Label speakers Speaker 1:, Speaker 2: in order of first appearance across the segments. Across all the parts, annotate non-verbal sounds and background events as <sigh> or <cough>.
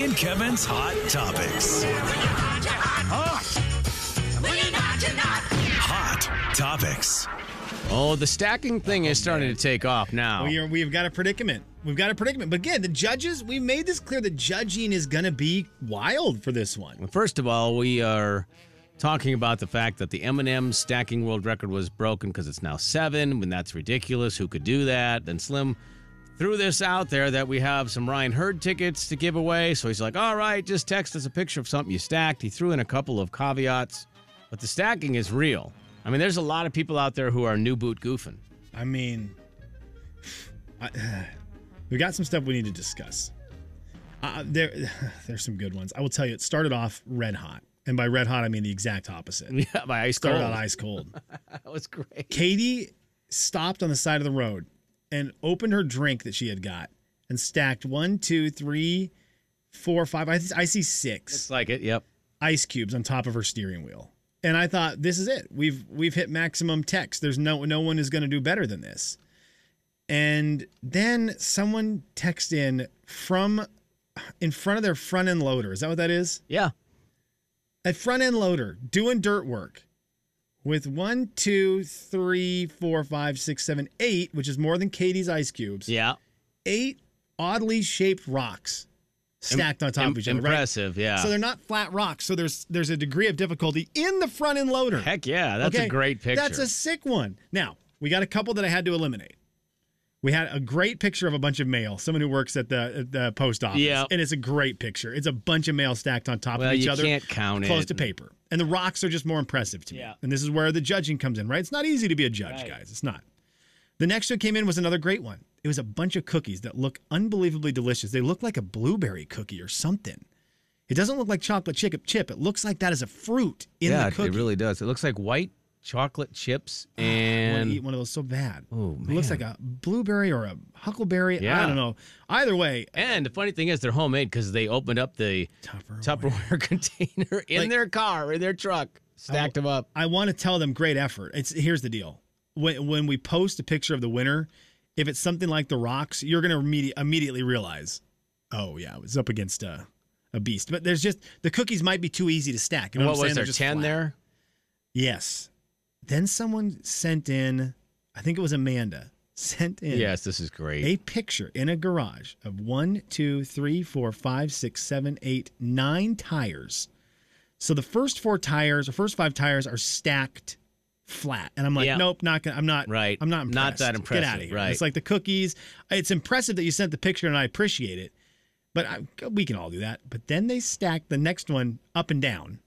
Speaker 1: and Kevin's Hot Topics. Hot Topics.
Speaker 2: Oh, the stacking thing
Speaker 3: Oh,
Speaker 2: is starting to take off now.
Speaker 3: We are, we have got a predicament. We've got a predicament. But again, the judges, we made this clear the judging is going to be wild for this one.
Speaker 2: First of all, we are talking about the fact that the Eminem stacking world record was broken because it's now seven. When that's ridiculous, who could do that? Then Slim threw this out there that we have some Ryan Hurd tickets to give away. So he's like, "All right, just text us a picture of something you stacked." He threw in a couple of caveats, but the stacking is real. I mean, there's a lot of people out there who are new boot goofing. <laughs>
Speaker 3: I mean, <sighs> I, <sighs> we got some stuff we need to discuss. Uh, there, <sighs> there's some good ones. I will tell you, it started off red hot, and by red hot, I mean the exact opposite. It
Speaker 2: Yeah, by ice cold.
Speaker 3: started out ice cold.
Speaker 2: <laughs> That was great.
Speaker 3: Katie stopped on the side of the road and opened her drink that she had got and stacked one, two, three, four, five. I, I see six.
Speaker 2: It's like it. Yep.
Speaker 3: ice cubes on top of her steering wheel. And I thought, this is it. We've we've hit maximum text. There's no no one is going to do better than this. And then someone texted in from in front of their front end loader. Is that what that is?
Speaker 2: Yeah.
Speaker 3: A front end loader doing dirt work with one, two, three, four, five, six, seven, eight, which is more than Katie's ice cubes.
Speaker 2: Yeah.
Speaker 3: Eight oddly shaped rocks stacked on top
Speaker 2: Im-
Speaker 3: of each other. right?
Speaker 2: impressive. Yeah.
Speaker 3: So they're not flat rocks. So there's there's a degree of difficulty in the front end loader.
Speaker 2: Heck yeah, that's
Speaker 3: Okay?
Speaker 2: a great picture.
Speaker 3: That's a sick one. Now we got a couple that I had to eliminate. We had a great picture of a bunch of mail. Someone who works at the, at the post office.
Speaker 2: Yeah.
Speaker 3: And it's a great picture. It's a bunch of mail stacked on top
Speaker 2: Well,
Speaker 3: of each
Speaker 2: you
Speaker 3: other.
Speaker 2: can't count
Speaker 3: Close
Speaker 2: it.
Speaker 3: to paper. And the rocks are just more impressive to me.
Speaker 2: Yeah.
Speaker 3: And this is where the judging comes in, right? It's not easy to be a judge,
Speaker 2: Right.
Speaker 3: guys. It's not. The next one came in was another great one. It was a bunch of cookies that look unbelievably delicious. They look like a blueberry cookie or something. It doesn't look like chocolate chip. Chip. It looks like that is a fruit in
Speaker 2: yeah,
Speaker 3: the cookie.
Speaker 2: it really does. It looks like white chocolate chips
Speaker 3: I want
Speaker 2: and
Speaker 3: to eat one of those so bad.
Speaker 2: Oh,
Speaker 3: It looks
Speaker 2: man.
Speaker 3: like a blueberry or a huckleberry. I
Speaker 2: Yeah.
Speaker 3: don't know. Either way,
Speaker 2: and the funny thing is they're homemade because they opened up the
Speaker 3: Tupperware.
Speaker 2: Tupperware <laughs> container in
Speaker 3: Like-
Speaker 2: their car in their truck, stacked them up.
Speaker 3: I want to tell them great effort. It's here's the deal. When when we post a picture of the winner, if it's something like the rocks, you're gonna immedi- immediately realize, oh yeah, it was up against a, a beast. But there's just the cookies might be too easy to stack. You know
Speaker 2: what
Speaker 3: I'm
Speaker 2: was
Speaker 3: saying?
Speaker 2: there?
Speaker 3: They're just
Speaker 2: Ten
Speaker 3: flat.
Speaker 2: there.
Speaker 3: Yes. Then someone sent in, I think it was Amanda sent in.
Speaker 2: Yes, this is great. <laughs>
Speaker 3: a picture in a garage of one, two, three, four, five, six, seven, eight, nine tires. So the first four tires or first five tires are stacked flat, and I'm like,
Speaker 2: Yeah.
Speaker 3: nope, not gonna. I'm not.
Speaker 2: Right.
Speaker 3: I'm not.
Speaker 2: Not that
Speaker 3: Impressed. Get out of
Speaker 2: impressive,
Speaker 3: here.
Speaker 2: right.
Speaker 3: It's like the cookies. It's impressive that you sent the picture, and I appreciate it. But I, we can all do that. But then they stacked the next one up and down.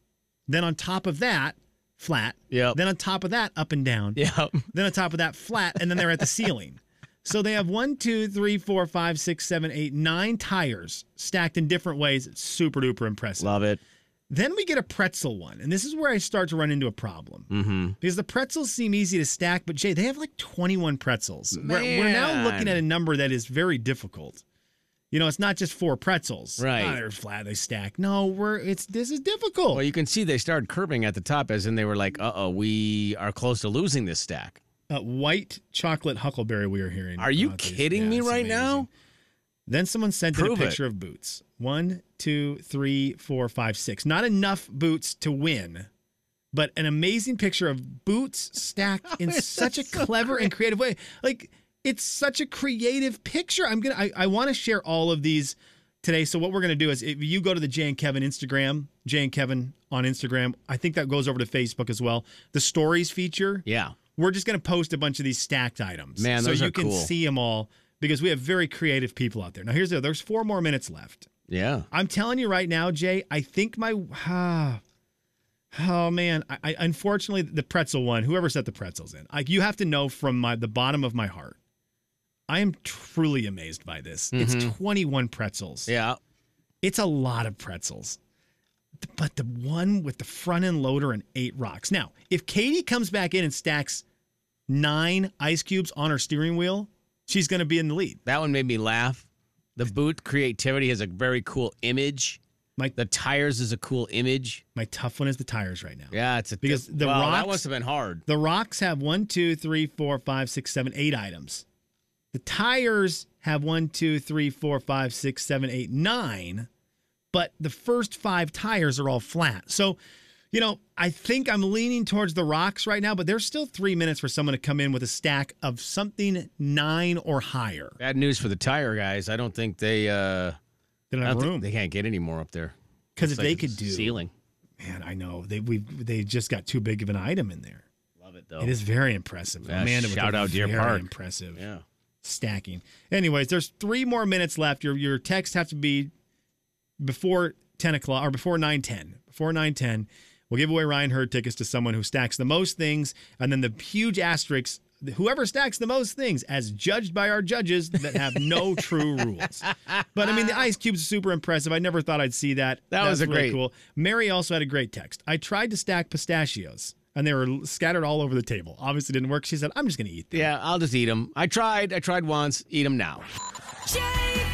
Speaker 3: Then on top of that, flat.
Speaker 2: Yep.
Speaker 3: Then on top of that, up and down
Speaker 2: yeah,
Speaker 3: then on top of that flat, and then they're at the ceiling. So they have one, two, three, four, five, six, seven, eight, nine tires stacked in different ways. It's super duper impressive.
Speaker 2: love it.
Speaker 3: Then we get a pretzel one, and this is where I start to run into a problem mm-hmm. because the pretzels seem easy to stack, but Jay, they have like 21 pretzels. We're, we're now looking
Speaker 2: Man.
Speaker 3: at a number that is very difficult. You know, it's not just four pretzels.
Speaker 2: Right.
Speaker 3: Ah, they're flat. They stack. No, we're it's this is difficult.
Speaker 2: Well, you can see they started curbing at the top, as in they were like, "Uh oh, we are close to losing this stack." Oh,
Speaker 3: Uh, white chocolate huckleberry. We are hearing.
Speaker 2: Are you
Speaker 3: about these.
Speaker 2: kidding
Speaker 3: Yeah,
Speaker 2: me
Speaker 3: it's
Speaker 2: right
Speaker 3: amazing.
Speaker 2: now?
Speaker 3: Then someone sent
Speaker 2: Prove
Speaker 3: in
Speaker 2: it.
Speaker 3: a picture of boots. One, two, three, four, five, six. Not enough boots to win, but an amazing picture of boots stacked
Speaker 2: <laughs>
Speaker 3: in such a clever and creative way. Like it's such a creative picture. I'm gonna. I, I want to share all of these today. So what we're gonna do is if you go to the Jay and Kevin Instagram, Jay and Kevin on Instagram. I think that goes over to Facebook as well. The stories feature
Speaker 2: Yeah,
Speaker 3: we're just going to post a bunch of these stacked items.
Speaker 2: Man,
Speaker 3: so
Speaker 2: those
Speaker 3: you
Speaker 2: are
Speaker 3: can
Speaker 2: cool.
Speaker 3: see them all because we have very creative people out there. Now, here's the there's four more minutes left.
Speaker 2: yeah.
Speaker 3: I'm telling you right now, Jay, I think my <sighs> ah, oh man, I, I unfortunately the pretzel one, whoever set the pretzels in, like you have to know from my the bottom of my heart. I am truly amazed by this.
Speaker 2: Mm-hmm.
Speaker 3: It's 21 pretzels.
Speaker 2: Yeah.
Speaker 3: It's a lot of pretzels. But the one with the front end loader and eight rocks. Now, if Katie comes back in and stacks nine ice cubes on her steering wheel, she's going to be in the lead.
Speaker 2: That one made me laugh. The boot creativity has a very cool image.
Speaker 3: My,
Speaker 2: The tires is a cool image.
Speaker 3: my tough one is the tires right now.
Speaker 2: Yeah, it's a
Speaker 3: Because the
Speaker 2: wow,
Speaker 3: rocks-
Speaker 2: that must have been hard.
Speaker 3: The rocks have one, two, three, four, five, six, seven, eight items. The tires have one, two, three, four, five, six, seven, eight, nine. but the first five tires are all flat. So, you know, I think I'm leaning towards the rocks right now, but there's still three minutes for someone to come in with a stack of something nine or higher.
Speaker 2: Bad news for the tire guys. I don't think they uh,
Speaker 3: They
Speaker 2: I
Speaker 3: don't
Speaker 2: don't
Speaker 3: have
Speaker 2: think
Speaker 3: room
Speaker 2: they can't get any more up there.
Speaker 3: because if
Speaker 2: It's like
Speaker 3: they
Speaker 2: a
Speaker 3: could do,
Speaker 2: ceiling.
Speaker 3: man, I know they we they just got too big of an item in there.
Speaker 2: Love it though.
Speaker 3: It is very impressive.
Speaker 2: Yeah,
Speaker 3: Amanda, with
Speaker 2: shout
Speaker 3: the
Speaker 2: out Deer
Speaker 3: very
Speaker 2: Park.
Speaker 3: Impressive.
Speaker 2: Yeah.
Speaker 3: stacking. Anyways, there's three more minutes left. Your your texts have to be before ten o'clock or before nine ten. Before nine ten, we'll give away Ryan Hurd tickets to someone who stacks the most things, and then the huge asterisks. Whoever stacks the most things, as judged by our judges that
Speaker 2: <laughs>
Speaker 3: have no true rules. But I mean, the ice cubes are super impressive. I never thought I'd see that.
Speaker 2: That was
Speaker 3: That's
Speaker 2: a
Speaker 3: really
Speaker 2: great-
Speaker 3: cool. Mary also had a great text. I tried to stack pistachios, and they were scattered all over the table. Obviously, didn't work. She said, "I'm just going to eat them."
Speaker 2: Yeah, I'll just eat them. I tried. I tried once. Eat them now.
Speaker 4: Jay,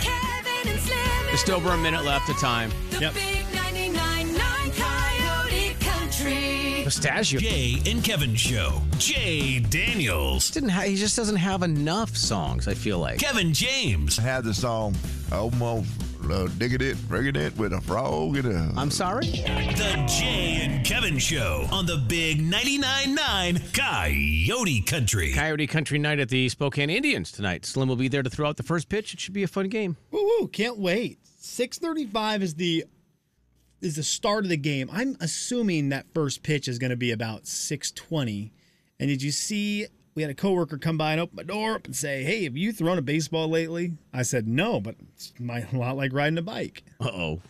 Speaker 4: Kevin, and Slim.
Speaker 2: Just over a minute left of time.
Speaker 4: The
Speaker 3: Yep.
Speaker 4: big 99.9 Coyote Country.
Speaker 2: Pistachio.
Speaker 1: Jay and Kevin Show. Jay Daniels.
Speaker 2: Didn't ha- he just doesn't have enough songs? I feel like.
Speaker 1: Kevin James.
Speaker 5: had the song almost uh, digging it, rigging it with a frog and a.
Speaker 2: I'm sorry.
Speaker 1: The Jay and Kevin Show on the big 99.9 9 Coyote Country.
Speaker 2: Coyote Country night at the Spokane Indians tonight. Slim will be there to throw out the first pitch. It should be a fun game.
Speaker 3: Woo woo, can't wait. 635 is the is the start of the game. I'm assuming that first pitch is going to be about 620. And did you see we had a coworker come by and open my door up and say, "Hey, have you thrown a baseball lately?" I said, "No, but it's my, <laughs> a lot like riding a bike."
Speaker 2: Uh oh.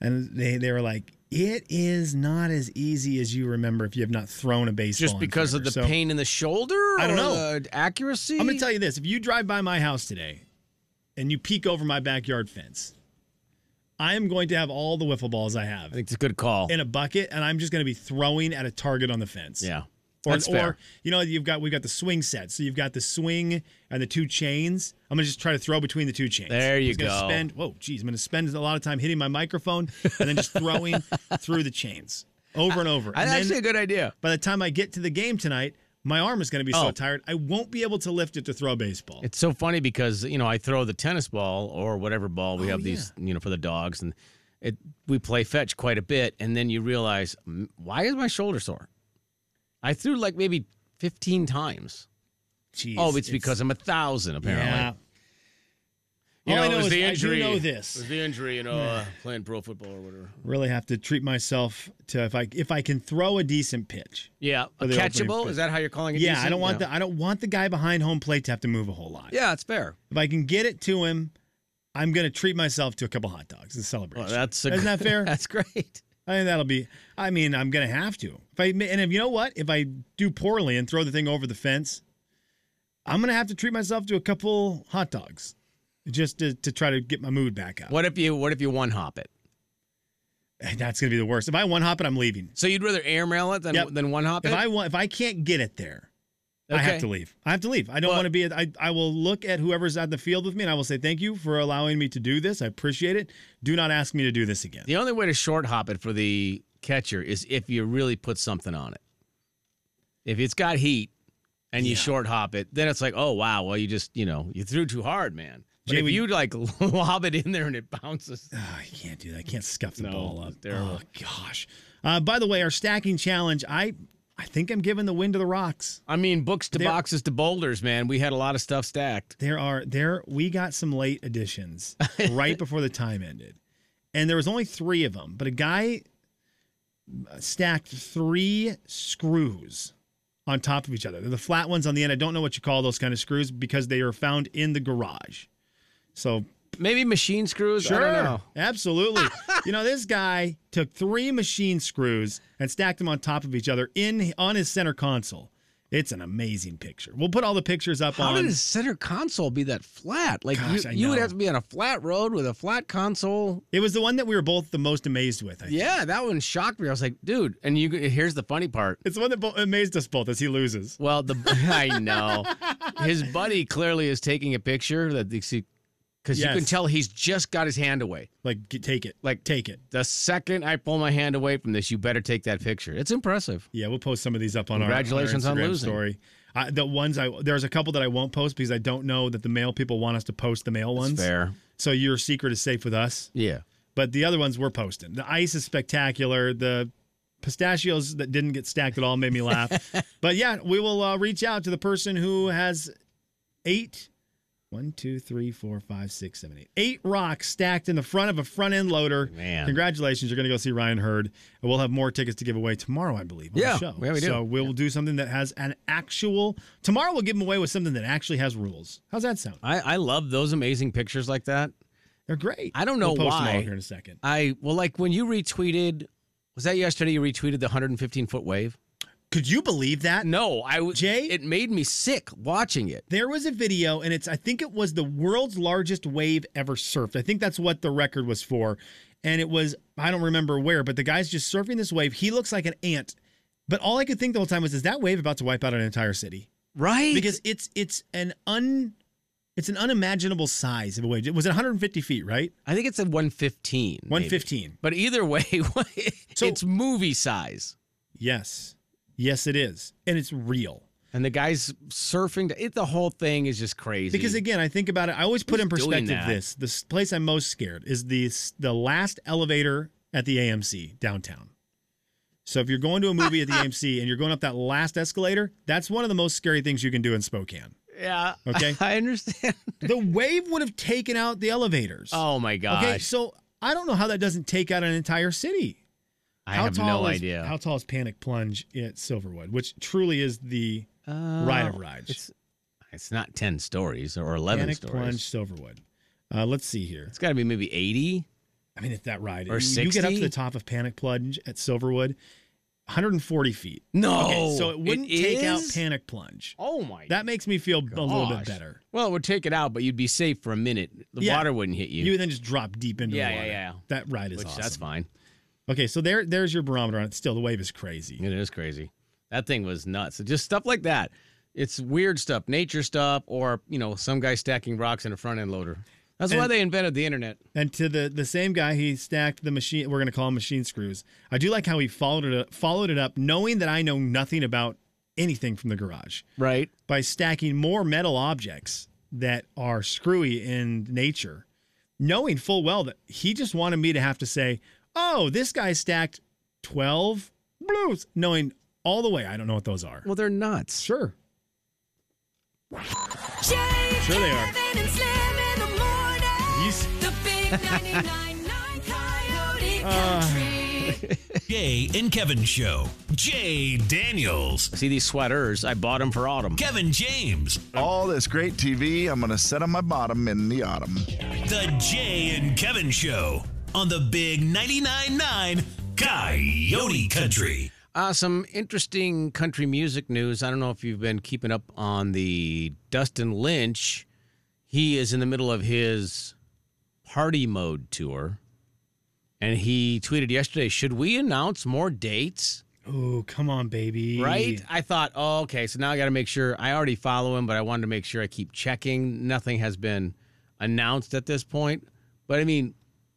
Speaker 3: And they they were like, "It is not as easy as you remember if you have not thrown a baseball."
Speaker 2: Just
Speaker 3: in
Speaker 2: because of
Speaker 3: forever."
Speaker 2: the
Speaker 3: So-
Speaker 2: pain in the shoulder?
Speaker 3: I don't
Speaker 2: or
Speaker 3: know.
Speaker 2: the accuracy?
Speaker 3: I'm going to tell you this. If you drive by my house today and you peek over my backyard fence, I am going to have all the wiffle balls I
Speaker 2: I
Speaker 3: have
Speaker 2: think it's a good call.
Speaker 3: in a bucket, and I'm just going to be throwing at a target on the fence.
Speaker 2: yeah.
Speaker 3: Or,
Speaker 2: That's fair.
Speaker 3: or you know, you've got we've got the swing set. So you've got the swing and the two chains. I'm gonna just try to throw between the two chains.
Speaker 2: There you
Speaker 3: I'm just gonna
Speaker 2: go.
Speaker 3: Spend whoa, geez, I'm gonna spend a lot of time hitting my microphone and then
Speaker 2: <laughs>
Speaker 3: just throwing through the chains over and over.
Speaker 2: That's
Speaker 3: and then
Speaker 2: actually a good idea.
Speaker 3: by the time I get to the game tonight, my arm is gonna be so
Speaker 2: Oh.
Speaker 3: tired I won't be able to lift it to throw a baseball.
Speaker 2: It's so funny because you know I throw the tennis ball or whatever ball we have these you know for the dogs and it we play fetch quite a bit and then you realize "Mm, why is my shoulder sore? I threw like maybe fifteen times.
Speaker 3: Jeez,
Speaker 2: oh, it's, because I'm a thousand apparently.
Speaker 3: yeah.
Speaker 2: You
Speaker 3: All
Speaker 2: know,
Speaker 3: I know
Speaker 2: it was
Speaker 3: is
Speaker 2: the
Speaker 3: I do
Speaker 2: injury.
Speaker 3: know this.
Speaker 2: It was the injury, you know, uh, playing pro football or whatever.
Speaker 3: Really have to treat myself to if I if I can throw a decent pitch.
Speaker 2: Yeah,
Speaker 3: For the opening
Speaker 2: catchable.
Speaker 3: pitch.
Speaker 2: Is that how you're calling it?
Speaker 3: Yeah, I
Speaker 2: decent?
Speaker 3: don't want
Speaker 2: yeah.
Speaker 3: the I don't want the guy behind home plate to have to move a whole lot.
Speaker 2: Yeah, it's fair.
Speaker 3: If I can get it to him, I'm gonna treat myself to a couple hot dogs and
Speaker 2: Well,
Speaker 3: celebration.
Speaker 2: that's a,
Speaker 3: Isn't that
Speaker 2: <laughs>
Speaker 3: fair?
Speaker 2: that's great.
Speaker 3: I think that'll be. I mean, I'm gonna have to. If I and if you know what, if I do poorly and throw the thing over the fence, I'm gonna have to treat myself to a couple hot dogs, just to, to try to get my mood back up.
Speaker 2: What if you What if you one hop it?
Speaker 3: Eh, That's gonna be the worst. If I one hop it, I'm leaving.
Speaker 2: So you'd rather airmail it than
Speaker 3: Yep.
Speaker 2: than one hop
Speaker 3: If
Speaker 2: it?
Speaker 3: I want, if I can't get it there, I
Speaker 2: Okay.
Speaker 3: have to leave. I have to leave. I don't
Speaker 2: But-
Speaker 3: want to be. I I will look at whoever's at the field with me, and I will say thank you for allowing me to do this. I appreciate it. Do not ask me to do this again.
Speaker 2: The only way to short hop it for the catcher is if you really put something on it. If it's got heat and you short hop it, then it's like, oh wow, well you just you know you threw too hard, man. But
Speaker 3: Jay,
Speaker 2: if
Speaker 3: we-
Speaker 2: you like <laughs> lob it in there and it bounces,
Speaker 3: Oh, I can't do that. I can't scuff the
Speaker 2: No,
Speaker 3: ball up.
Speaker 2: it's terrible.
Speaker 3: Oh gosh. Uh, by the way, our stacking challenge. I I think I'm giving the win to the rocks.
Speaker 2: I mean books to
Speaker 3: There-
Speaker 2: boxes to boulders, man. We had a lot of stuff stacked.
Speaker 3: There are there we got some late additions right before the time ended, and there was only three of them. But a guy uh, stacked three screws on top of each other. They're the flat ones on the end. I don't know what you call those kind of screws because they are found in the garage. So
Speaker 2: Maybe machine screws. I don't know.
Speaker 3: Absolutely. you know, this guy took three machine screws and stacked them on top of each other in on his center console. It's an amazing picture. We'll put all the pictures up
Speaker 2: How
Speaker 3: on
Speaker 2: did his center console be that flat? Like
Speaker 3: Gosh,
Speaker 2: you,
Speaker 3: I
Speaker 2: you would
Speaker 3: know.
Speaker 2: have to be on a flat road with a flat console.
Speaker 3: it was the one that we were both the most amazed with, I think.
Speaker 2: Yeah, that one shocked me. I was like, dude. And you here's the funny part.
Speaker 3: It's the one that bo- amazed us both as he loses.
Speaker 2: Well, the <laughs> I know his buddy clearly is taking a picture that because you can
Speaker 3: Yes.
Speaker 2: tell he's just got his hand away.
Speaker 3: Like, g- take it.
Speaker 2: Like-
Speaker 3: take it.
Speaker 2: The second I pull my hand away from this, you better take that picture. It's impressive.
Speaker 3: Yeah, we'll post some of these up on our-
Speaker 2: Congratulations
Speaker 3: our
Speaker 2: on
Speaker 3: Instagram
Speaker 2: losing.
Speaker 3: story. I, the ones I there's a couple that I won't post because I don't know that the male people want us to post the male ones.
Speaker 2: Fair.
Speaker 3: So your secret is safe with us.
Speaker 2: Yeah.
Speaker 3: but the other ones we're posting. The ice is spectacular. The pistachios that didn't get stacked at all made
Speaker 2: <laughs>
Speaker 3: me laugh. but yeah, we will uh, reach out to the person who has eight. One, two, three, four, five, six, seven, eight. Eight rocks stacked in the front of a front end loader.
Speaker 2: Man.
Speaker 3: Congratulations. You're going to go see Ryan Hurd. And we'll have more tickets to give away tomorrow, I believe. on the
Speaker 2: Yeah.
Speaker 3: show.
Speaker 2: Yeah, we do.
Speaker 3: So we'll do something that has an actual. Tomorrow we'll give them away with something that actually has rules. How's that sound?
Speaker 2: I, I love those amazing pictures like that.
Speaker 3: They're great.
Speaker 2: I don't know
Speaker 3: we'll post Them
Speaker 2: why.
Speaker 3: all here in a second.
Speaker 2: I well, like when you retweeted, was that yesterday? You retweeted the 115 foot wave.
Speaker 3: Could you believe that?
Speaker 2: No, I w-
Speaker 3: Jay?
Speaker 2: It made me sick watching it.
Speaker 3: There was a video, and it's I think it was the world's largest wave ever surfed. I think that's what the record was for, and it was I don't remember where, but the guy's just surfing this wave. He looks like an ant, but all I could think the whole time was, is that wave about to wipe out an entire city?
Speaker 2: Right?
Speaker 3: Because it's it's an un it's an unimaginable size of a wave. It was 150 feet, right?
Speaker 2: I think it's a 115. maybe.
Speaker 3: 115.
Speaker 2: But either way, <laughs>
Speaker 3: So-
Speaker 2: it's movie size.
Speaker 3: Yes, yes, it is, and it's real.
Speaker 2: And the guy's surfing. to- It, the whole thing is just crazy.
Speaker 3: Because again, I think about it. I always put in
Speaker 2: Who's doing
Speaker 3: perspective
Speaker 2: that?
Speaker 3: this. The s- place I'm most scared is the s- the last elevator at the AMC downtown. So if you're going to a
Speaker 2: <laughs>
Speaker 3: movie at the AMC and you're going up that last escalator, that's one of the most scary things you can do in Spokane.
Speaker 2: yeah.
Speaker 3: Okay.
Speaker 2: <laughs> I
Speaker 3: <laughs>
Speaker 2: understand.
Speaker 3: The wave would have taken out the elevators.
Speaker 2: Oh my gosh.
Speaker 3: okay, so I don't know how that doesn't take out an entire city.
Speaker 2: I have no
Speaker 3: is,
Speaker 2: idea.
Speaker 3: How tall is Panic Plunge at Silverwood, which truly is the
Speaker 2: Uh,
Speaker 3: ride of rides?
Speaker 2: It's, it's not 10 stories or 11
Speaker 3: Panic
Speaker 2: stories.
Speaker 3: Plunge Silverwood. Uh, let's see here.
Speaker 2: It's got to be maybe 80.
Speaker 3: I mean, if that ride,
Speaker 2: Or
Speaker 3: you, you get up to
Speaker 2: 60?
Speaker 3: the top of Panic Plunge at Silverwood, 140 feet.
Speaker 2: No.
Speaker 3: Okay, so it wouldn't take out
Speaker 2: Oh, is?
Speaker 3: Panic Plunge.
Speaker 2: Oh my
Speaker 3: That makes me feel a little bit
Speaker 2: gosh.
Speaker 3: better.
Speaker 2: Well, it would take it out, but you'd be safe for a minute. The
Speaker 3: Yeah.
Speaker 2: water wouldn't hit you.
Speaker 3: You would then just drop deep into
Speaker 2: Yeah,
Speaker 3: the
Speaker 2: yeah,
Speaker 3: water.
Speaker 2: yeah.
Speaker 3: That ride is
Speaker 2: which
Speaker 3: awesome.
Speaker 2: that's fine.
Speaker 3: Okay, so there, there's your barometer on it. Still, the wave is crazy.
Speaker 2: It is crazy. That thing was nuts. Just stuff like that. It's weird stuff, nature stuff, or you know, some guy stacking rocks in a front end loader. That's why
Speaker 3: And-
Speaker 2: they invented the internet.
Speaker 3: And to the the same guy, he stacked the machine. We're gonna call him machine screws. I do like how he followed it up, followed it up, knowing that I know nothing about anything from the garage.
Speaker 2: Right.
Speaker 3: by stacking more metal objects that are screwy in nature, knowing full well that he just wanted me to have to say, oh, this guy stacked 12 blues, knowing all the way I don't know what those are.
Speaker 2: Well, they're nuts.
Speaker 3: sure.
Speaker 4: Jay,
Speaker 3: Sure they are.
Speaker 4: Kevin, and Slim in the morning.
Speaker 3: Yes.
Speaker 4: The
Speaker 3: <laughs>
Speaker 4: big 99.9 Coyote
Speaker 3: Uh.
Speaker 4: Country.
Speaker 1: Jay and Kevin Show. Jay Daniels.
Speaker 2: See these sweaters? I bought them for autumn.
Speaker 1: Kevin James.
Speaker 5: All this great TV, I'm gonna set on my bottom in the autumn.
Speaker 1: The Jay and Kevin Show on the Big 99.9 9 Coyote Country.
Speaker 2: Uh, some interesting country music news. I don't know if you've been keeping up on the Dustin Lynch. He is in the middle of his party mode tour, and he tweeted yesterday, "Should we announce more dates?"
Speaker 3: Oh, come on, baby.
Speaker 2: Right? I thought, oh, okay, so now I got to make sure I already follow him, but I wanted to make sure I keep checking. Nothing has been announced at this point. But I mean,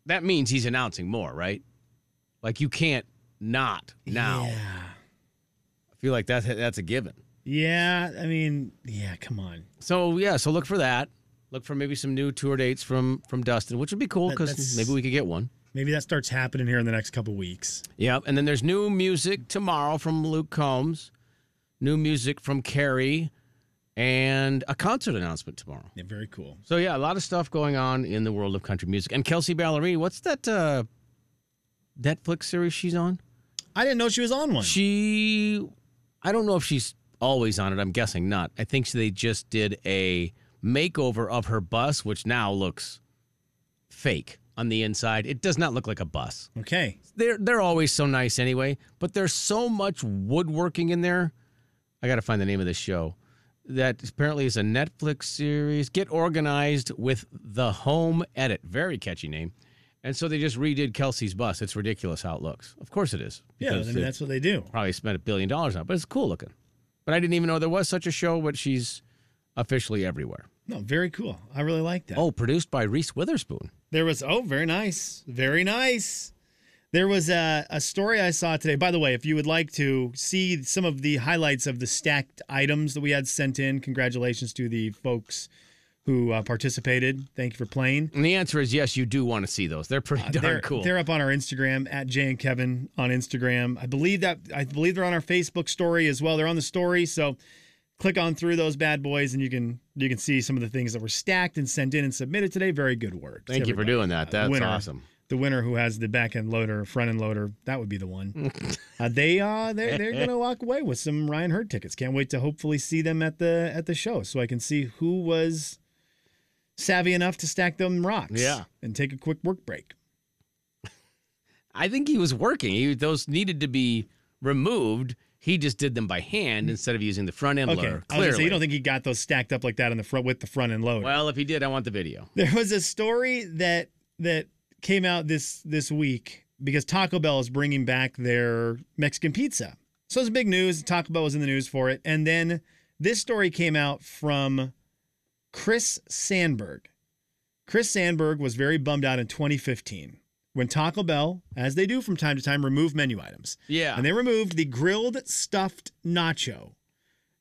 Speaker 2: that means he's announcing more, right? Like you can't not now.
Speaker 3: Yeah.
Speaker 2: I feel like that's that's a given.
Speaker 3: Yeah. I mean, yeah, come on.
Speaker 2: So yeah, so look for that. Look for maybe some new tour dates from from Dustin, which would be cool
Speaker 3: That- that's-
Speaker 2: because maybe we could get one.
Speaker 3: Maybe that starts happening here in the next couple weeks.
Speaker 2: Yep. And then there's new music tomorrow from Luke Combs, new music from Carrie, and a concert announcement tomorrow.
Speaker 3: Yeah, very cool.
Speaker 2: So yeah, a lot of stuff going on in the world of country music. And Kelsey Ballerini, what's that uh, Netflix series she's on?
Speaker 3: I didn't know she was on one.
Speaker 2: She, I don't know if she's always on it. I'm guessing not. I think they just did a makeover of her bus, which now looks fake on the inside. It does not look like a bus.
Speaker 3: okay.
Speaker 2: They're they're always so nice anyway, but there's so much woodworking in there. I got to find the name of this show that apparently is a Netflix series. Get organized with the home edit. Very catchy name. And so they just redid Kelsey's bus. It's ridiculous how it looks. Of course it is.
Speaker 3: Yeah, I
Speaker 2: because
Speaker 3: mean,
Speaker 2: they
Speaker 3: that's what they do.
Speaker 2: probably spent a billion dollars on it, but it's cool looking. But I didn't even know there was such a show, but she's officially everywhere.
Speaker 3: No, very cool. I really like that.
Speaker 2: Oh, produced by Reese Witherspoon.
Speaker 3: There was oh, very nice, very nice. There was a, a story I saw today. By the way, if you would like to see some of the highlights of the stacked items that we had sent in, congratulations to the folks who uh, participated. Thank you for playing.
Speaker 2: And the answer is yes, you do want to see those. They're pretty darn
Speaker 3: Uh, they're,
Speaker 2: cool.
Speaker 3: They're up on our Instagram at Jay and Kevin on Instagram. I believe that I believe they're on our Facebook story as well. They're on the story, so click on through those bad boys and you can you can see some of the things that were stacked and sent in and submitted today. Very good work. to
Speaker 2: Thank you for
Speaker 3: everybody.
Speaker 2: doing that. That's
Speaker 3: winner.
Speaker 2: awesome.
Speaker 3: The winner who has the back end loader, front end loader, that would be the
Speaker 2: <laughs>
Speaker 3: one. uh, they uh they're they're gonna walk away with some Ryan Hurd tickets. Can't wait to hopefully see them at the at the show so I can see who was savvy enough to stack them rocks.
Speaker 2: Yeah.
Speaker 3: And take a quick work break.
Speaker 2: I think he was working. He, those needed to be removed. He just did them by hand instead of using the front end
Speaker 3: Okay.
Speaker 2: loader.
Speaker 3: I was
Speaker 2: Clearly.
Speaker 3: gonna say, you don't think he got those stacked up like that in the front with the front end load.
Speaker 2: well, if he did, I want the video.
Speaker 3: there was a story that that came out this this week because Taco Bell is bringing back their Mexican pizza. So it's big news. Taco Bell was in the news for it, and then this story came out from Chris Sandberg. Chris Sandberg was very bummed out in 2015 when Taco Bell, as they do from time to time, remove menu items.
Speaker 2: Yeah.
Speaker 3: And they removed the grilled stuffed nacho,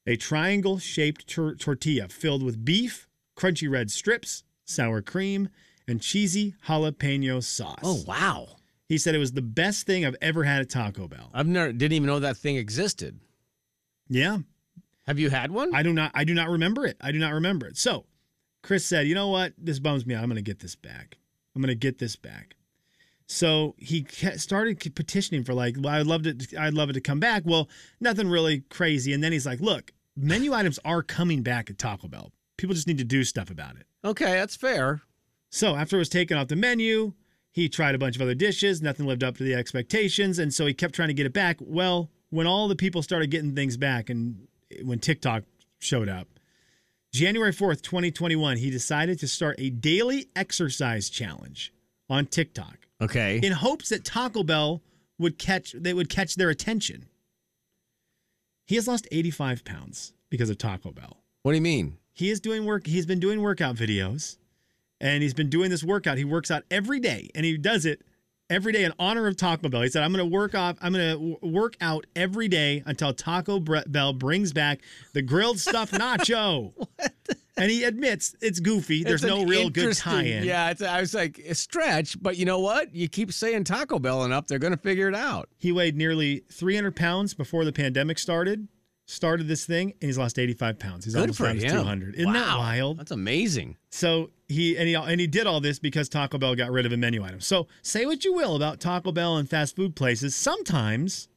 Speaker 3: a triangle shaped tor- tortilla filled with beef, crunchy red strips, sour cream, and cheesy jalapeno sauce.
Speaker 2: oh wow!
Speaker 3: He said it was the best thing I've ever had at Taco Bell.
Speaker 2: I've never didn't even know that thing existed.
Speaker 3: yeah.
Speaker 2: Have you had one?
Speaker 3: I do not I do not remember it. I do not remember it. So Chris said, you know what? This bums me out. I'm gonna get this back. I'm gonna get this back. So he ca- started c- petitioning for like, well, I'd love to, I'd love it to come back. Well, nothing really crazy. And then he's like, look, menu items are coming back at Taco Bell. People just need to do stuff about it.
Speaker 2: okay, that's fair.
Speaker 3: So after it was taken off the menu, he tried a bunch of other dishes. Nothing lived up to the expectations, and so he kept trying to get it back. Well, when all the people started getting things back, and when TikTok showed up, January fourth, twenty twenty one, he decided to start a daily exercise challenge on TikTok
Speaker 2: Okay.
Speaker 3: in hopes that Taco Bell would catch they would catch their attention. He has lost eighty five pounds because of Taco Bell
Speaker 2: what do you mean?
Speaker 3: he is doing work he's been doing workout videos and he's been doing this workout he works out every day and he does it every day in honor of taco bell he said i'm going to work off i'm going to w- work out every day until taco Bre- bell brings back the grilled
Speaker 2: <laughs>
Speaker 3: stuffed nacho and he admits it's goofy there's
Speaker 2: It's
Speaker 3: no
Speaker 2: an
Speaker 3: real good
Speaker 2: interesting-
Speaker 3: tie-in
Speaker 2: Yeah, it's, I was like a stretch, but you know what? You keep saying Taco Bell enough, they're going to figure it out.
Speaker 3: he weighed nearly 300 pounds before the pandemic started started this thing and he's lost 85 pounds he's
Speaker 2: Good
Speaker 3: almost
Speaker 2: for
Speaker 3: down to
Speaker 2: him.
Speaker 3: 200 isn't that
Speaker 2: Wow.
Speaker 3: wild
Speaker 2: That's amazing.
Speaker 3: So he and he and he did all this because Taco Bell got rid of a menu item. So say what you will about Taco Bell and fast food places, sometimes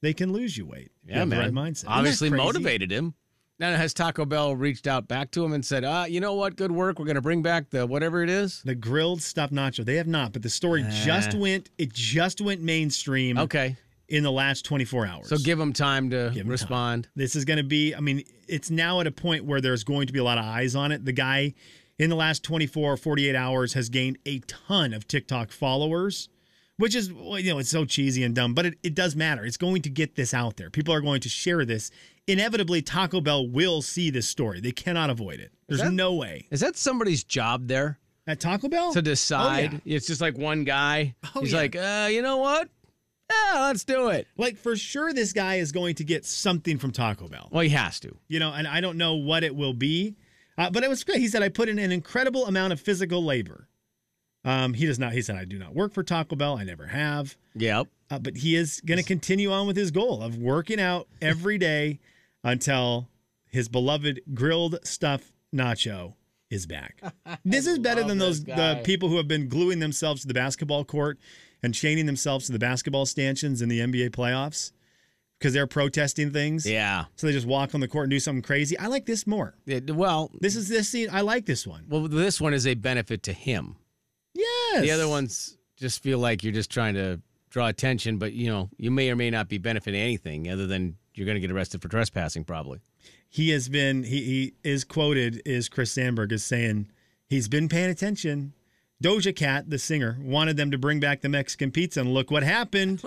Speaker 3: they can lose you weight. if you
Speaker 2: Yeah,
Speaker 3: have the
Speaker 2: man.
Speaker 3: right mindset. Isn't that
Speaker 2: Obviously
Speaker 3: crazy?
Speaker 2: motivated him. Now has Taco Bell reached out back to him and said, "Ah, you know what? Good work. We're going to bring back the whatever it is."
Speaker 3: The grilled stuffed nacho. They have not, but the story just went. It just went mainstream.
Speaker 2: Ah. Okay.
Speaker 3: In the last 24 hours.
Speaker 2: So give him time to
Speaker 3: Mm-hmm. Give 'em time.
Speaker 2: respond.
Speaker 3: This is going to be, I mean, it's now at a point where there's going to be a lot of eyes on it. The guy in the last 24 or 48 hours has gained a ton of TikTok followers, which is, well, you know, it's so cheesy and dumb, but it, it does matter. It's going to get this out there. People are going to share this. Inevitably, Taco Bell will see this story. They cannot avoid it. There's
Speaker 2: that-
Speaker 3: no way.
Speaker 2: Is that somebody's job there
Speaker 3: At Taco Bell?
Speaker 2: to decide? It's just like one guy.
Speaker 3: Oh,
Speaker 2: He's
Speaker 3: yeah.
Speaker 2: like, uh, you know what? Yeah, let's do it.
Speaker 3: Like, for sure, this guy is going to get something from Taco Bell.
Speaker 2: Well, he has to.
Speaker 3: you know, and I don't know what it will be. Uh, but it was great. He said, I put in an incredible amount of physical labor. Um, he does not, he said, I do not work for Taco Bell. I never have.
Speaker 2: Yep.
Speaker 3: Uh, but he is going to continue on with his goal of working out every day until his beloved grilled stuff nacho is back. This is better than those the people who have been gluing themselves to the basketball court and chaining themselves to the basketball stanchions in the NBA playoffs because they're protesting things.
Speaker 2: Yeah.
Speaker 3: So they just walk on the court and do something crazy. I like this more.
Speaker 2: It- well,
Speaker 3: This is this scene. I like this one.
Speaker 2: well, this one is a benefit to him.
Speaker 3: Yes.
Speaker 2: The other ones just feel like you're just trying to draw attention, but you know, you may or may not be benefiting anything other than you're going to get arrested for trespassing, probably.
Speaker 3: He has been. He he is quoted is Chris Sandberg is saying he's been paying attention. Doja Cat, the singer, wanted them to bring back the Mexican pizza, and look
Speaker 2: <laughs>
Speaker 3: what happened.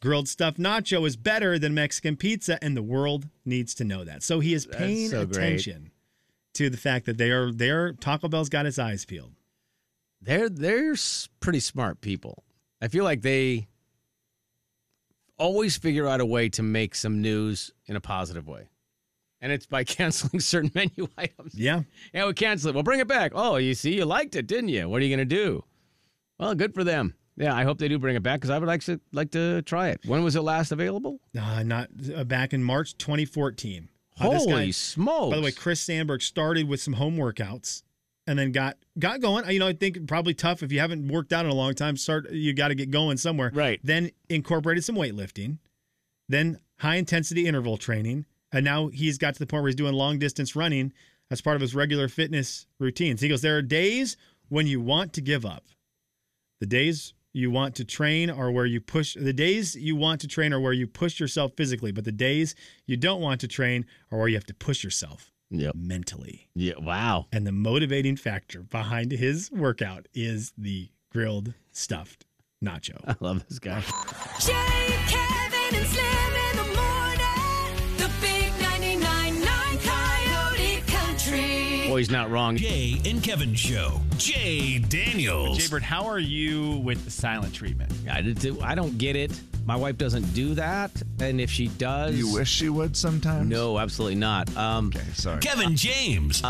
Speaker 3: Grilled stuffed nacho is better than Mexican pizza, and the world needs to know that. So he is paying
Speaker 2: so great.
Speaker 3: attention to the fact that they are there. Taco Bell's got its eyes peeled.
Speaker 2: They're they're s- pretty smart people. I feel like they always figure out a way to make some news in a positive way. and it's by <laughs> canceling certain menu <laughs> items.
Speaker 3: Yeah.
Speaker 2: Yeah, we cancel it. Well, bring it back. Oh, you see, you liked it, didn't you? What are you going to do? Well, good for them. Yeah, I hope they do bring it back because I would like to like to try it. When was it last available?
Speaker 3: Uh, not uh, back in March 2014. Uh, this
Speaker 2: Holy
Speaker 3: guy-
Speaker 2: smokes!
Speaker 3: By the way, Chris Sandberg started with some home workouts and then got got going. You know, I think probably tough if you haven't worked out in a long time. Start you got to get going somewhere.
Speaker 2: Right.
Speaker 3: Then incorporated some weightlifting, then high intensity interval training, and now he's got to the point where he's doing long distance running as part of his regular fitness routines. He goes, there are days when you want to give up. The days you want to train are where you push the days you want to train are where you push yourself physically, but the days you don't want to train are where you have to push yourself
Speaker 2: Yep.
Speaker 3: mentally.
Speaker 2: yeah, wow. <laughs>
Speaker 3: And the motivating factor behind his workout is the grilled stuffed nacho.
Speaker 6: <laughs>
Speaker 2: I love this guy.
Speaker 4: Jay, Kevin, and Slim in the morning. The big 99.9 Coyote Country.
Speaker 2: Boy, Oh, he's not wrong.
Speaker 1: Jay and Kevin Show. Jay Daniels.
Speaker 6: Jay Bird, how are you with the silent treatment?
Speaker 2: I, did too. I don't get it. My wife doesn't do that, and if she does,
Speaker 5: You wish she would sometimes?
Speaker 2: no, absolutely not. Um,
Speaker 5: Okay, sorry.
Speaker 1: Kevin James.
Speaker 6: Good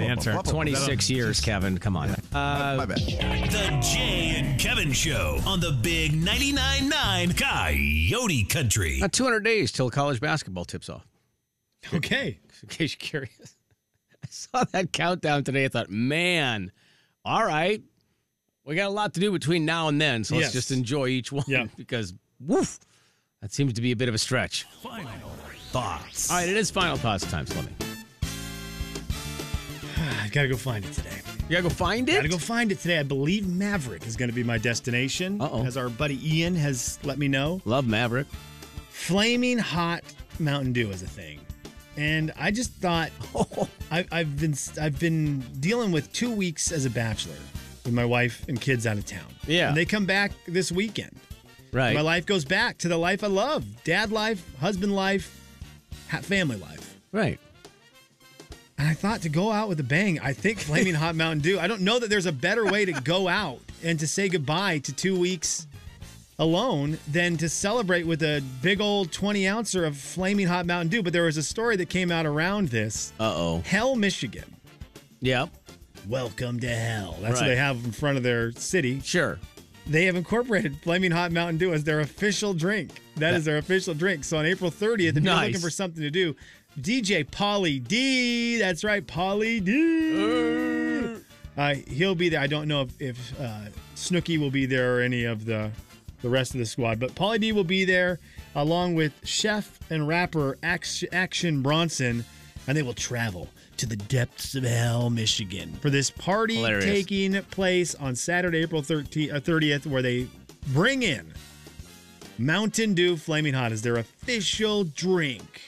Speaker 6: answer.
Speaker 3: uh,
Speaker 2: 26 years, Kevin. Come on.
Speaker 5: My bad.
Speaker 1: the Jay and Kevin Show on the big 99.9 Coyote Country.
Speaker 2: Not 200 Uh, days till college basketball tips off.
Speaker 3: Okay.
Speaker 2: <laughs> in case you're curious. I saw that countdown today. I thought, man, all right, we got a lot to do between now and then. So let's
Speaker 3: Yes.
Speaker 2: just enjoy each one
Speaker 3: Yeah.
Speaker 2: <laughs> because, woof, that seems to be a bit of a stretch.
Speaker 1: Final thoughts.
Speaker 2: All right, it is final thoughts time, Slimmy.
Speaker 3: I Ah, gotta go find it today.
Speaker 2: You gotta go find it.
Speaker 3: Gotta go find it today. I believe Maverick is gonna be my destination.
Speaker 2: Uh-oh.
Speaker 3: As our buddy Ian has let me know.
Speaker 2: Love Maverick.
Speaker 3: Flaming hot Mountain Dew is a thing. And I
Speaker 6: <laughs>
Speaker 3: just thought I, I've been I've been dealing with two weeks as a bachelor with my wife and kids out of town.
Speaker 2: Yeah.
Speaker 3: And they come back this weekend.
Speaker 2: Right.
Speaker 3: My life goes back to the life I love: dad life, husband life, ha- family life.
Speaker 2: Right.
Speaker 3: And I thought to go out with a bang. I think flaming hot Mountain Dew. I don't know that there's a better way to go out and to say goodbye to two weeks alone than to celebrate with a big old 20 ouncer of flaming hot Mountain Dew. But there was a story that came out around this.
Speaker 2: Uh oh.
Speaker 3: Hell, Michigan.
Speaker 2: Yep.
Speaker 3: Welcome to hell. That's what
Speaker 2: Right.
Speaker 3: they have in front of their city.
Speaker 2: Sure.
Speaker 3: They have incorporated Flaming Hot Mountain Dew as their official drink. that is their official drink. So on April 30th, if you're
Speaker 2: Nice.
Speaker 3: looking for something to do, DJ Polly D, that's right, Polly D. Uh, he'll be there. I don't know if, if uh, Snooky will be there or any of the the rest of the squad, but Polly D will be there along with chef and rapper Ax- Action Bronson, and they will travel to the depths of hell, Michigan, for this party
Speaker 2: Hilarious.
Speaker 3: taking place on Saturday, April 13th, uh, 30th, where they bring in Mountain Dew Flaming Hot as their official drink.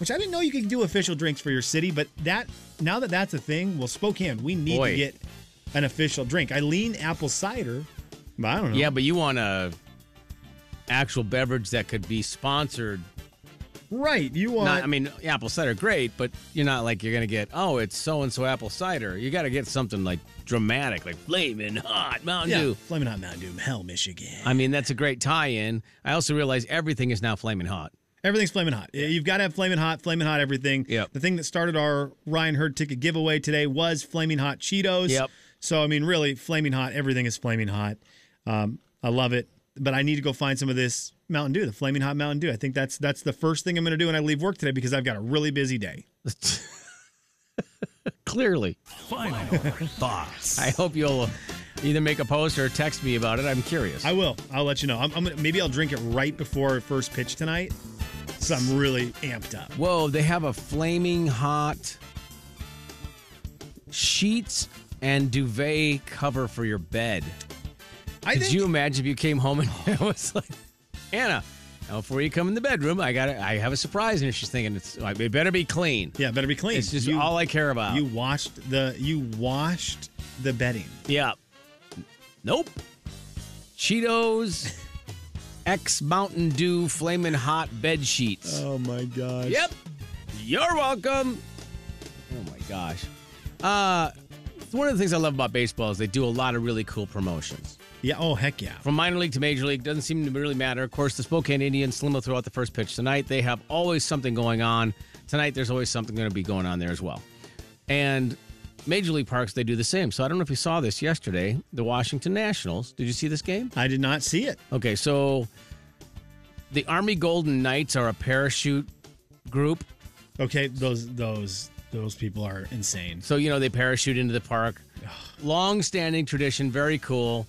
Speaker 3: Which I didn't know you could do official drinks for your city, but that now that that's a thing, well, Spokane, we need
Speaker 2: Boy.
Speaker 3: to get an official drink. I lean apple cider, but I don't know.
Speaker 2: Yeah, but you want a actual beverage that could be sponsored
Speaker 3: right. You want?
Speaker 2: Not, I mean, apple cider, great, but you're not like you're gonna get. Oh, it's so and so apple cider. You got to get something like dramatic, like flaming hot Mountain
Speaker 3: yeah,
Speaker 2: Dew.
Speaker 3: Flaming Hot Mountain Dew, hell, Michigan.
Speaker 2: I mean, that's a great tie-in. I also realize everything is now flaming hot.
Speaker 3: Everything's flaming hot. You've got to have flaming hot, flaming hot everything.
Speaker 2: Yep.
Speaker 3: The thing that started our Ryan Hurd ticket giveaway today was flaming hot Cheetos.
Speaker 2: Yep.
Speaker 3: So I mean, really, flaming hot. Everything is flaming hot. Um, I love it, but I need to go find some of this Mountain Dew, the flaming hot Mountain Dew. I think that's that's the first thing I'm going to do when I leave work today because I've got a really busy day.
Speaker 2: Clearly,
Speaker 1: Final thoughts.
Speaker 2: I hope you'll either make a post or text me about it. I'm curious.
Speaker 3: I will. I'll let you know. I'm, I'm gonna, maybe I'll drink it right before first pitch tonight, so I'm really amped up.
Speaker 2: Whoa, they have a flaming hot sheets and duvet cover for your bed.
Speaker 3: I
Speaker 2: Could
Speaker 3: think
Speaker 2: you imagine if you came home and <laughs> it was like, Anna, now before you come in the bedroom, I got I have a surprise, and she's thinking it's like, it better be clean.
Speaker 3: yeah, better be clean.
Speaker 2: It's just
Speaker 3: You-
Speaker 2: all I care about.
Speaker 3: You washed the you washed the bedding.
Speaker 2: yeah. Nope. Cheetos, <laughs> X Mountain Dew, flaming hot bed sheets.
Speaker 3: Oh my gosh.
Speaker 2: Yep. You're welcome. Oh my gosh. Uh, it's one of the things I love about baseball is they do a lot of really cool promotions.
Speaker 3: Yeah. Oh, heck yeah.
Speaker 2: From minor league to major league, doesn't seem to really matter. Of course, the Spokane Indians, Slim will throw out the first pitch tonight. They have always something going on. Tonight, there's always something going to be going on there as well. And major league parks, they do the same. So I don't know if you saw this yesterday. The Washington Nationals, did you see this game?
Speaker 3: I did not see it.
Speaker 2: Okay, so the Army Golden Knights are a parachute group.
Speaker 3: Okay, those those those people are insane.
Speaker 2: So, you know, they parachute into the park. Long standing tradition, very cool.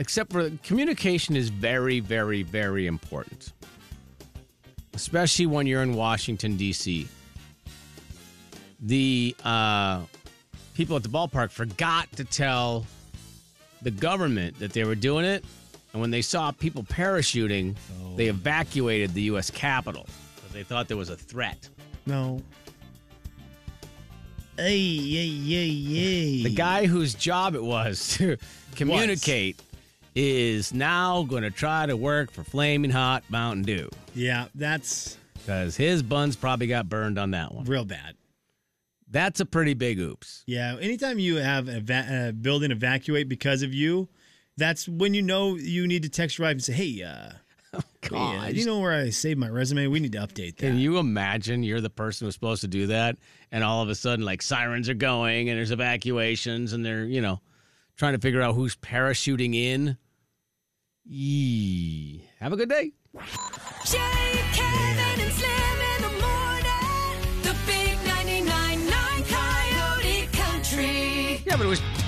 Speaker 2: Except for communication is very, very, very important. Especially when you're in Washington, D.C. The uh, people at the ballpark forgot to tell the government that they were doing it. And when they saw people parachuting, they evacuated the U.S. Capitol because they thought there was a threat.
Speaker 3: No. Hey, yay, yay, yay.
Speaker 2: The guy whose job it was <laughs> to communicate is now going to try to work for Flaming Hot Mountain Dew
Speaker 3: Yeah, that's
Speaker 2: because his buns probably got burned on that one.
Speaker 3: real bad.
Speaker 2: That's a pretty big oops.
Speaker 3: Yeah. Anytime you have a va- uh, building evacuate because of you, that's when you know you need to text your wife and say,
Speaker 2: <laughs>
Speaker 3: hey, uh, yeah, you know where I saved my resume? We need to update that.
Speaker 2: Oh, Can you imagine you're the person who's supposed to do that, and all of a sudden, like sirens are going, and there's evacuations, and they're you know trying to figure out who's parachuting in. Yee. Have a good day.
Speaker 4: Jay, Kevin, and Slim in the morning. The big 99.9 Coyote Country.
Speaker 2: Yeah, but it was